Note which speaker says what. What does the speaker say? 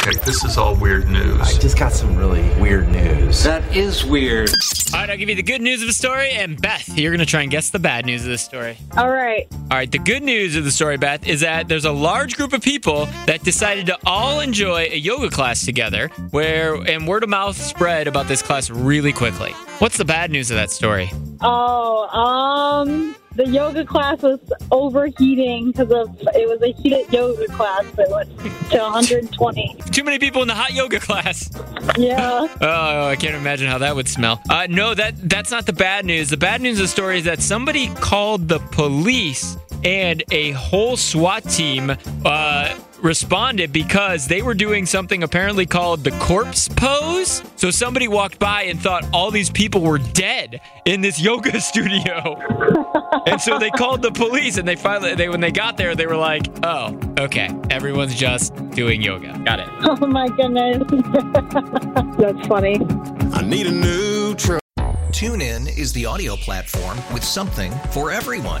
Speaker 1: Okay, this is all weird
Speaker 2: I
Speaker 1: news.
Speaker 2: just got some really weird news.
Speaker 3: That is weird.
Speaker 4: All right, I'll give you the good news of the story, and Beth, you're going to try and guess the bad news of the story.
Speaker 5: All right.
Speaker 4: All right, the good news of the story, Beth, is that there's a large group of people that decided to all enjoy a yoga class together, where and word of mouth spread about this class really quickly. What's the bad news of that story?
Speaker 5: Oh, um, the yoga class was overheating because of it was a heated yoga class that went to 120.
Speaker 4: Too many people in the hot yoga class.
Speaker 5: Yeah.
Speaker 4: Oh, I can't imagine how that would smell. Uh, no, that that's not the bad news. The bad news of the story is that somebody called the police, and a whole SWAT team uh, responded because they were doing something apparently called the corpse pose. So somebody walked by and thought all these people were dead in this yoga studio. And so they called the police, and they finally, they when they got there, they were like, "Oh, okay, everyone's just doing yoga. Got it."
Speaker 5: Oh my goodness. That's funny.
Speaker 6: I need a new truck.
Speaker 7: TuneIn is the audio platform with something for everyone.